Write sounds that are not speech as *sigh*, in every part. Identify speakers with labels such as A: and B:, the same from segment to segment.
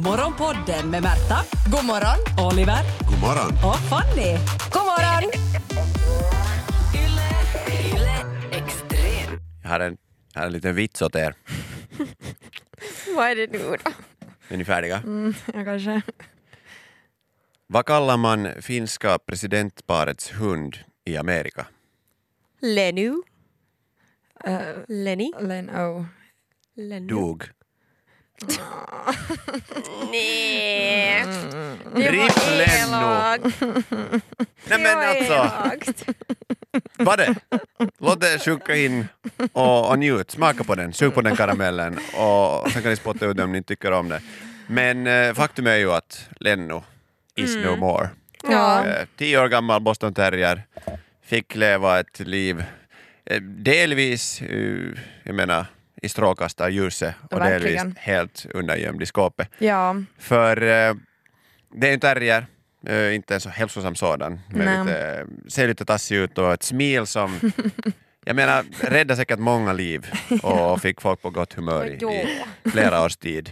A: Morgonpodden med Märta. God morgon. Oliver.
B: God morgon.
A: Och Fanny. God morgon.
C: Jag har en, jag har en liten vits åt er.
D: Vad är det nu då?
C: Är ni färdiga?
D: Jag kanske...
C: Vad kallar man finska presidentparets hund i Amerika?
D: Lenu? Lenny?
E: Len O.
D: Lenny?
C: Dog.
D: *laughs* Nej! Det
C: Ripp
D: var
C: Lenno.
D: elakt.
C: *laughs* Nej
D: Det
C: men
D: var
C: alltså,
D: elakt.
C: *laughs* vad det? Låt det sjunka in och, och njut. Smaka på den, sug på den karamellen och sen kan ni spotta ut om ni tycker om det. Men eh, faktum är ju att Lenno is no
D: Mm.
C: more.
D: Ja.
C: Eh, tio år gammal Boston Terrier, fick leva ett liv eh, delvis, eh, jag menar, i strålkastarljuset och delvis
E: Verkligen.
C: helt undangömd i skåpet.
E: Ja,
C: För eh, det är en terrier, eh, inte en så hälsosam sådan, men
E: Nej.
C: lite, ser lite tassig ut och ett smil
E: *laughs*
C: som Jag menar, räddade säkert många liv och fick folk på gott humör i, i flera års tid.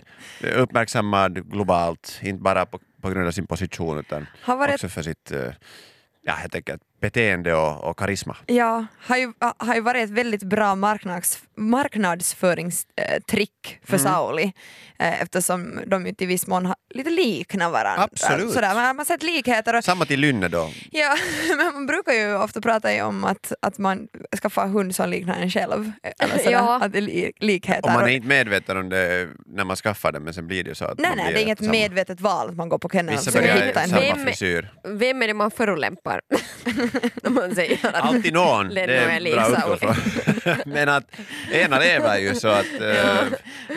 C: Uppmärksammad globalt, inte bara på, på grund av sin position utan
E: har varit,
C: också för sitt eh, ja, helt enkelt beteende och, och karisma.
E: ja, har ju, har ju varit ett väldigt bra marknads, marknadsföringstrick
C: Mm.
E: för Sauli eh, eftersom de ju till viss mån har, lite liknar varandra.
C: Absolut.
E: Sådär, man har man har sett likheter och
C: Samma till Lynne då.
E: Ja, *laughs* men man brukar ju ofta prata ju om att, att man skaffar hund som liknar en själv. eh, Eller sådär,
D: *laughs* Ja.
E: Att det är li- likheter.
C: Om man är inte medveten om det när man skaffar den men sen blir det ju så att
E: nej,
C: man
E: nej,
C: blir
E: det är inget Alltså,
C: samma.
E: medvetet val att man går på kennel
C: Vissa
E: och försöker
C: börjar i
E: hitta en
C: samma
E: hund.
D: Vem-
C: frisyr.
D: Vem är det man förolämpar? *laughs* När man säger att
C: Alltid någon.
D: Lenno
C: det
D: är
C: är
D: lik
C: bra
D: Sauli.
C: utgångspunkt. *laughs* Men att ena lever ju så
D: *laughs*
C: att eh,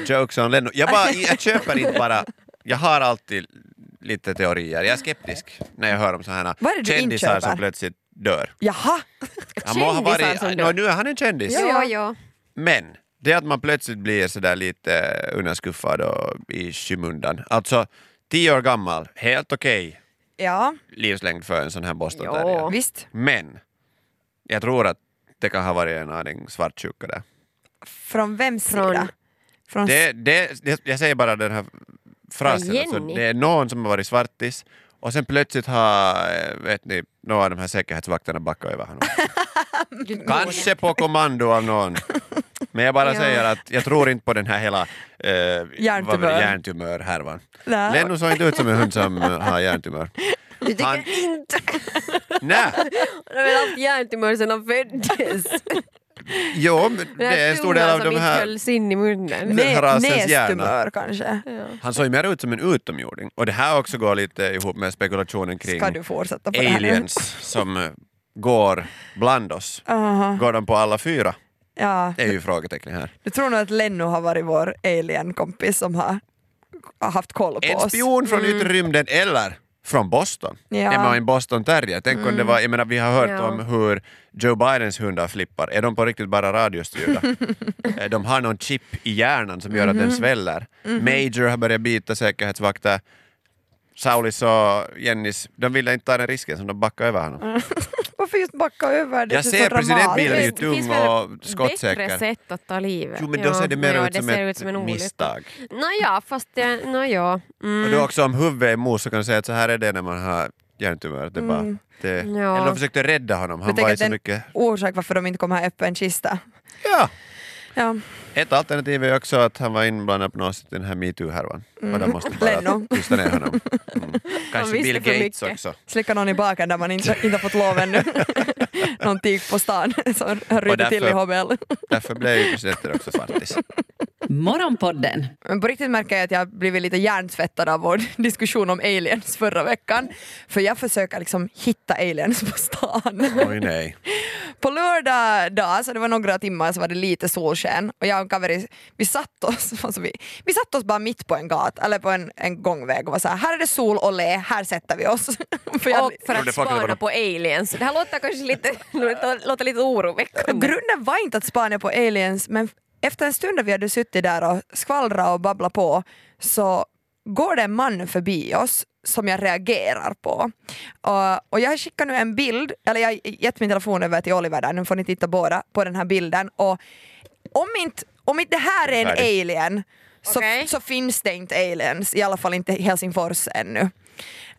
C: jokes on Lenno. Jag, bara, jag köper inte bara, jag har alltid lite teorier. Jag är skeptisk när jag hör om sådana
E: Vad är det du inte
C: kändisar som
E: köper?
C: plötsligt dör. *laughs*
E: Jaha!
C: Han må ha
D: Kändisar
C: varit,
D: som
C: Nå,
D: dör.
C: nu är han en kändis.
D: Ja, ja.
C: Men det att man plötsligt blir sådär lite undanskuffad och i skymundan. Alltså, tio år gammal, helt okej
E: Ja,
C: livslängd för en sån här Boston
D: Ja.
C: Terrier.
E: visst.
C: Men jag tror att det kan ha varit en aning svartsjuka där.
E: Från vems
D: Från-
E: sida? Från
C: Det, det, det, jag säger bara den här frasen,
D: Från
C: alltså,
D: Jenny.
C: det är någon som har varit svartis och sen plötsligt har eh, vet ni, några av de här säkerhetsvakterna backat över
D: *laughs*
C: honom. Kanske på kommando av någon. Men jag bara
D: Ja.
C: säger att jag tror inte på den här hela eh, vad var det, hjärntumör-härvan.
E: Nej.
C: Lenno såg inte ut som en hund som eh, har hjärntumör.
D: Du tycker
C: Han-
D: inte...
C: Nej,
D: Han har väl haft hjärntumör sedan han föddes?
C: jo, men *laughs* det är en stor del av de
D: som inte
C: här...
D: hölls in i munnen.
C: den här
E: Nä,
C: rasens hjärna.
E: nästumör kanske?
C: Han såg ju mer ut som en utomjording. Och det här också går lite ihop med spekulationen kring
E: Ska du fortsätta på det här nu?
C: aliens som eh, går bland oss.
E: Aha.
C: Går de på alla fyra?
E: Ja.
C: Det är ju frågetecknet här.
E: Du tror nog att Lenno har varit vår alien-kompis som har har haft koll på
C: En
E: oss.
C: spion från
D: Mm.
C: yttre rymden eller från Boston.
E: Ja.
C: Det var en Boston Terrier. Tänk om det var, jag menar, vi har hört
D: Mm. Ja.
C: om hur Joe Bidens hundar flippar. Är de på riktigt bara radiostyrda?
D: *laughs*
C: Eh, de har någon chip i hjärnan som gör att
D: Mhm.
C: den sväller. Major har börjat bita säkerhetsvakter. Saulis och Jennys, de ville inte ta den risken så de backade över honom.
D: Mm.
E: Varför just backa över? Det
C: Jag
E: känns
C: ser
E: så dramatiskt.
C: presidentbilen är ju
D: Det finns
C: tung
D: väl
C: och skottsäker.
D: Bättre sätt att ta livet.
C: Jo men då ser det mer
D: ja,
C: ut, som
D: ser
C: ett
D: ut som en olycka.
C: misstag.
D: Nåja, fast det... Nåja.
C: Och
D: Mm.
C: då också om huvudet är emot så kan du säga att så här är det när man har hjärntumör. Det är bara, det,
D: Mm. Ja.
C: Eller de försökte rädda honom, han
E: Men tänk
C: var ju
E: att
C: så
E: den-
C: mycket...
E: orsak varför de inte kom här öppen kista.
C: Ja.
E: Ja,
C: Ett alternativ är också att han var inblandad på något sätt i den här metoo-härvan. Och de måste bara
E: Lennon.
C: tysta ner honom. Mm. Kanske
D: visste
C: Bill
D: för
C: Gates
D: mycket.
C: också.
E: slicka någon i baken där man inte, inte har fått lov ännu. *laughs* någon tik på stan som ryter till i HBL.
C: Därför blev ju presidenten också svartis.
A: Morgonpodden
E: Men på riktigt märker jag att jag har blivit lite hjärntvättad av vår *laughs* diskussion om aliens förra veckan. För jag försöker liksom hitta aliens på stan. *laughs*
C: Oj nej.
E: På lördag dag, så det var några timmar, så var det lite solsken och jag och en Kaveri, vi satt oss, *laughs* alltså vi, vi satt oss bara mitt på en gata, eller på en, en gångväg och var så här, här är det sol och le, här sätter vi oss. *laughs* för jag,
D: Och för
C: Trodde
D: att
C: folk att det var
D: spana
C: de-
D: på aliens. Det här låter kanske lite, låter- låter lite *laughs* oroväckande.
E: Grunden var inte att spana på aliens men efter en stund när vi hade suttit där och skvallrat och babblat på så går det en man förbi oss som jag reagerar på. Och, och jag skickar nu en bild, eller jag har gett min telefon över till Oliver där, nu får ni titta båda på den här bilden och om inte, om inte det här är en
C: Färdig.
E: alien
D: Okej.
E: så, så finns det inte aliens, i alla fall inte i Helsingfors ännu.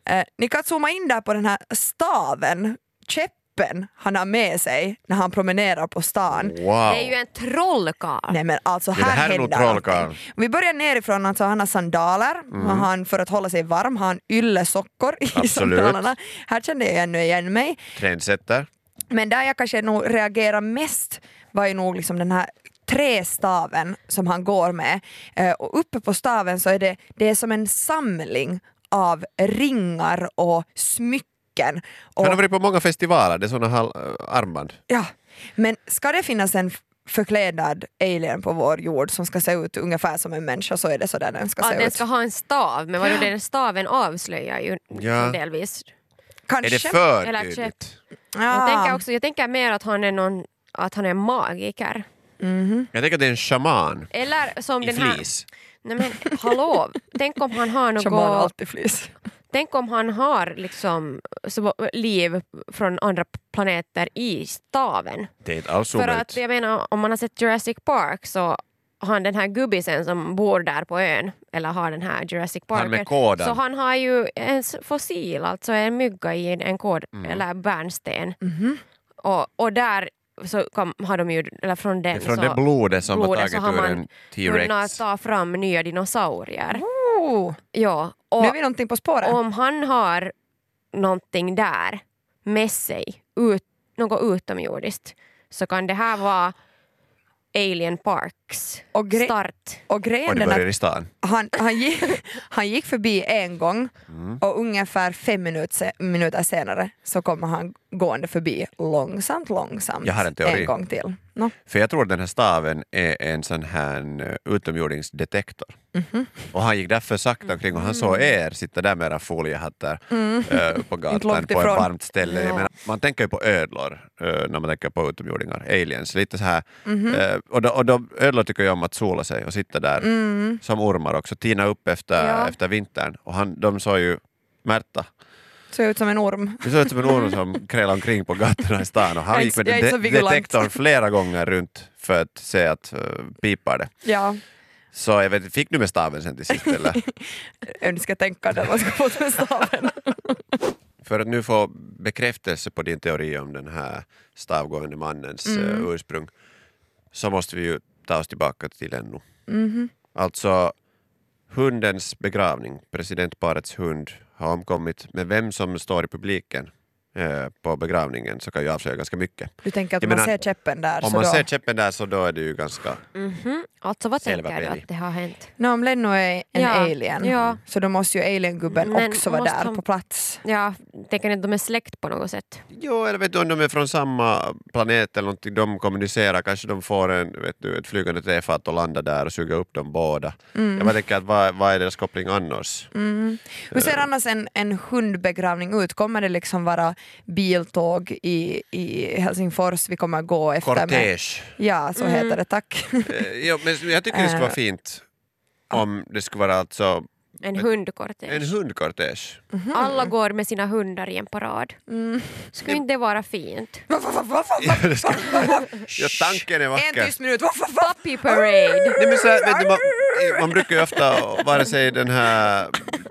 E: Eh, ni kan zooma in där på den här staven, käppen han har med sig när han promenerar på stan.
C: Wow.
D: Det är ju en trollkarl.
E: Nej men alltså
C: Ja, det
E: här,
C: här är nog
E: händer
C: trollkarlen.
E: allting. Vi börjar nerifrån, alltså han har sandaler, och han, för att hålla sig varm har han yllesockor i
C: Mm. Absolut.
E: sandalerna. Här kände jag ännu igen mig.
C: Trendsetter.
E: Men där jag kanske nog reagerar mest var ju nog liksom den här trästaven som han går med. Eh, och uppe på staven så är det, det är som en samling av ringar och smycken. Och,
C: Han har varit på många festivaler, det är såna här äh, armband.
D: Mm.
E: ja. Men ska det finnas en f- förklädnad alien på vår jord som ska se ut ungefär som en människa så är det så där den ska
D: Ja,
E: se
D: den
E: ut.
D: ska ha en stav, men vadå, den staven avslöjar ju
C: Ja.
D: delvis.
E: Kanske.
C: Är det för
D: Eller köp.
C: tydligt?
D: Jag, tänker
E: Ja.
D: också, jag tänker mer att han är någon att han är magiker.
C: Jag tänker att det är en shaman
D: Eller som
C: i
D: den här...
C: flis.
D: Nej men hallå! tänk om
C: *laughs*
D: han har
E: Shaman
D: något...
E: alltid flis.
D: Tänk om han har liksom så, liv från andra planeter i staven.
C: Det är inte alls
D: För att
C: omöjligt.
D: jag menar om man har sett Jurassic Park så har den här gubbisen som bor där på ön eller har den här Jurassic Parken.
C: Han med kådan.
D: Så han har ju en s- fossil, alltså en mygga i en- en kod
C: Mm.
D: eller bärnsten. Och, och där så kom, har de ju, eller från
C: Det är
D: den
C: från
D: så
C: det blodet som
D: blodet så
C: har tagit
D: har
C: ur
D: man
C: en
D: kunnat
C: T-rex.
D: ta fram nya dinosaurier.
E: Oh,
D: Ja, och
E: nu är vi någonting på spåret.
D: om han har någonting där med sig, ut, något utomjordiskt, så kan det här vara Alien Parks
E: Och gre-
D: start.
E: Och
C: Och
E: grejen
C: det
E: är att
C: börjar i stan.
E: han, han, gick, han gick förbi en gång
C: Mm.
E: och ungefär fem minut, se- minuter senare så kommer han gående förbi långsamt, långsamt.
C: Jag har en teori.
E: gång till. No.
C: För jag tror att den här staven är en sån här eh, utomjordingsdetektor.
E: Mhm.
C: Och han gick därför sakta omkring och han såg er sitta där med era foliehattar eh, på
E: Mm. Inte
C: gatan
E: långt
C: på ett
E: ifrån.
C: varmt ställe. Jag
D: Ja.
C: menar, man tänker ju på ödlor eh, när man tänker på utomjordingar, aliens. Lite så här.
E: Mhm.
C: eh, och då, och då, ödlor tycker ju om att sola sig och sitta där
E: Mm.
C: som ormar också, tina upp efter,
D: Ja.
C: efter vintern. Och han, de såg ju Märta.
E: Ser ut som en orm.
C: Det såg ut som en orm som krälade omkring på gatorna i stan och
E: Jag
C: han
E: är
C: gick med
E: inte- jag är inte så
C: de-
E: vigilant.
C: detektorn flera gånger runt för att se att uh, pipar det.
E: Ja,
C: Så jag vet, inte, fick du med staven sen till sist
E: *laughs*
C: eller?
E: jag önskar tänka där man ska få
C: *laughs*
E: med staven.
C: För att nu få bekräftelse på din teori om den här stavgående mannens eh,
E: Mm.
C: ursprung så måste vi ju ta oss tillbaka till ännu.
E: Mm-hmm.
C: Alltså hundens begravning, presidentparets hund har omkommit, men vem som står i publiken eh, på begravningen så kan ju avslöja ganska mycket.
E: Du tänker att
C: Jag
E: man
C: menar,
E: ser käppen där.
C: Om
E: så
C: man
E: då...
C: ser käppen där så då är det ju ganska...
D: Mhm. Alltså vad
C: Selva
D: tänker du
C: peli.
D: att det har hänt?
E: Nå, om Lenno är en
D: Ja,
E: alien
D: ja.
E: så då måste ju aliengubben
D: Men
E: också vara
D: måste
E: där
D: han-
E: på plats.
D: Ja, tänker ni att de är släkt på något sätt?
C: Jo, eller vet du om de är från samma planet eller någonting, de kommunicerar, kanske de får en, vet du, ett flygande träfat och landar där och suger upp dem båda.
E: Mm.
C: Jag bara tänker att vad, vad är deras koppling annars?
E: Hur Mm. ser
C: Eh.
E: annars en, en hundbegravning ut? Kommer det liksom vara biltåg i, i Helsingfors vi kommer gå efter? med-
C: Kortege.
E: *laughs* Ja,
C: Mm.
E: så heter det, tack.
C: Eh, Jo, men jag tycker det skulle vara
E: Eh.
C: fint om det skulle vara alltså
D: En hundkortege.
C: en hundkortege.
D: Alla går med sina hundar i en parad.
E: Mm. *laughs*
C: Mm.
D: Skulle inte det vara fint?
C: Det skulle- ja, tanken är
E: En
C: vacker.
E: tyst minut.
D: Puppy parade!
C: Nej, men så här, vet du, man, man brukar ju ofta, vare sig den här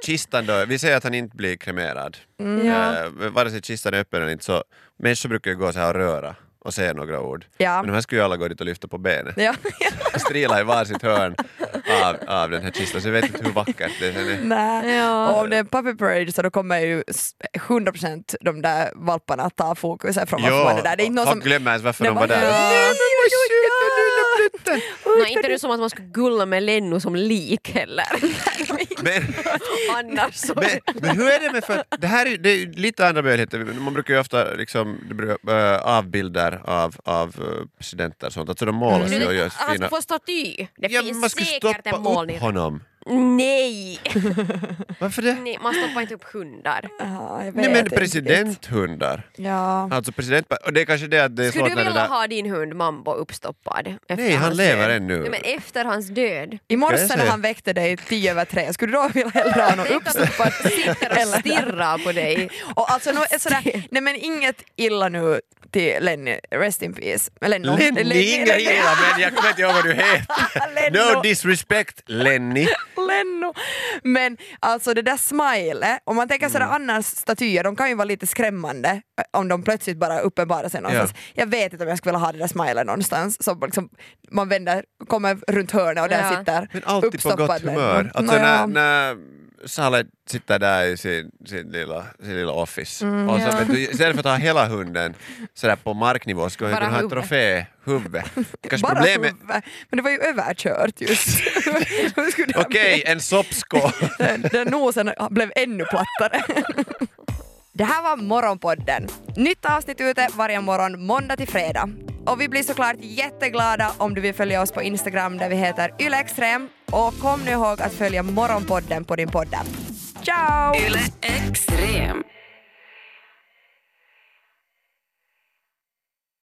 C: kistan då, vi säger att han inte blir kremerad,
D: Ja.
C: eh, vare sig kistan är öppen eller inte, så människor brukar ju gå så här och röra och säga några ord.
E: Ja.
C: Men de här skulle ju alla gå dit och lyfta på benet,
E: Ja. *laughs*
C: strila i varsitt hörn av, av den här kistan, så jag vet inte hur vackert det sen är.
E: Nej.
D: Ja.
E: Och om det är puppy parade så då kommer ju s- 100% de där valparna ta fokus från varför var det där. Det är inte någon
C: folk
E: som...
C: glömmer ens varför
E: Det
C: de
E: var-
C: var där.
E: Ja.
C: Nej, men vad söt, den lilla plutten.
D: Nå, inte det som att man skulle gulla med Lenno som lik heller. *laughs*
C: Men-
D: Annars så...
C: Men, men hur är det med för att det här är, det är lite andra möjligheter, man brukar ju ofta liksom, det brukar, äh, avbilder av, av äh, presidenter och sånt, alltså de målar sig och gör
D: Han ska
C: fina...
D: få Alltså, staty. Det
C: Ja, men man
D: finns
C: ska
D: säkert
C: stoppa
D: en
C: upp
D: målning.
C: honom.
D: Nej. *laughs*
C: Varför det?
D: Nej, man stoppar inte upp hundar.
E: Ja,
C: Nej
E: jag vet
C: men
E: inte riktigt.
C: presidenthundar.
E: Ja.
C: Alltså president... Och det är kanske det att det är
D: Skulle
C: svårt
D: du
C: när det
D: vilja
C: där...
D: ha din hund Mambo uppstoppad? efter
C: Nej, han
D: hans
C: lever
D: död?
C: ännu.
D: Nej, men efter hans död.
E: I
C: Ska jag
E: morse när
C: säga?
E: han väckte dig tio över tre, skulle du då vilja hellre ha honom
D: Tänk att
E: uppstoppad?
D: Sitter och stirrar på dig.
C: *laughs*
E: Och alltså, nå- sådär, nej men inget illa nu till Lenny, rest in peace. Lenny,
C: Lenny, inga
E: *laughs*
C: illa men jag kommer inte ihåg vad du
D: *laughs*
C: heter.
E: Lenno.
C: No disrespect Lenny.
E: Lenno. Men alltså det där smilet, om man tänker
C: Mm.
E: sådär annars statyer, de kan ju vara lite skrämmande eh, om de plötsligt bara uppenbarar sig någonstans. Jag vet inte om jag skulle vilja ha det där smilet någonstans som liksom, man vänder, kommer runt hörnet och där
D: Ja.
E: sitter
C: Men alltid på
E: uppstoppad
C: gott
E: Lenno.
C: humör. Alltså när,
E: Nåja.
C: när Saleh sitter där i sin, sin, lilla, sin lilla office och så,
D: Mm, ja.
C: vet du, istället för att ha hela hunden sådär på marknivå skulle han
D: Bara
C: kunna ha ett
D: huvudet.
C: troféhuvud. Kanske
E: bara
C: problemet...
E: huvud. Men det var ju
C: *laughs*
E: överkört just. Hur skulle det ha
C: Okej, en soppskål!
E: Den, den nosen blev ännu plattare. Det här var Morgonpodden. Nytt avsnitt ute varje morgon måndag till fredag. Och vi blir såklart jätteglada om du vill följa oss på Instagram där vi heter ylextrem. Och kom nu ihåg att följa Morgonpodden på din podd. Ciao!
B: Yle Extrem.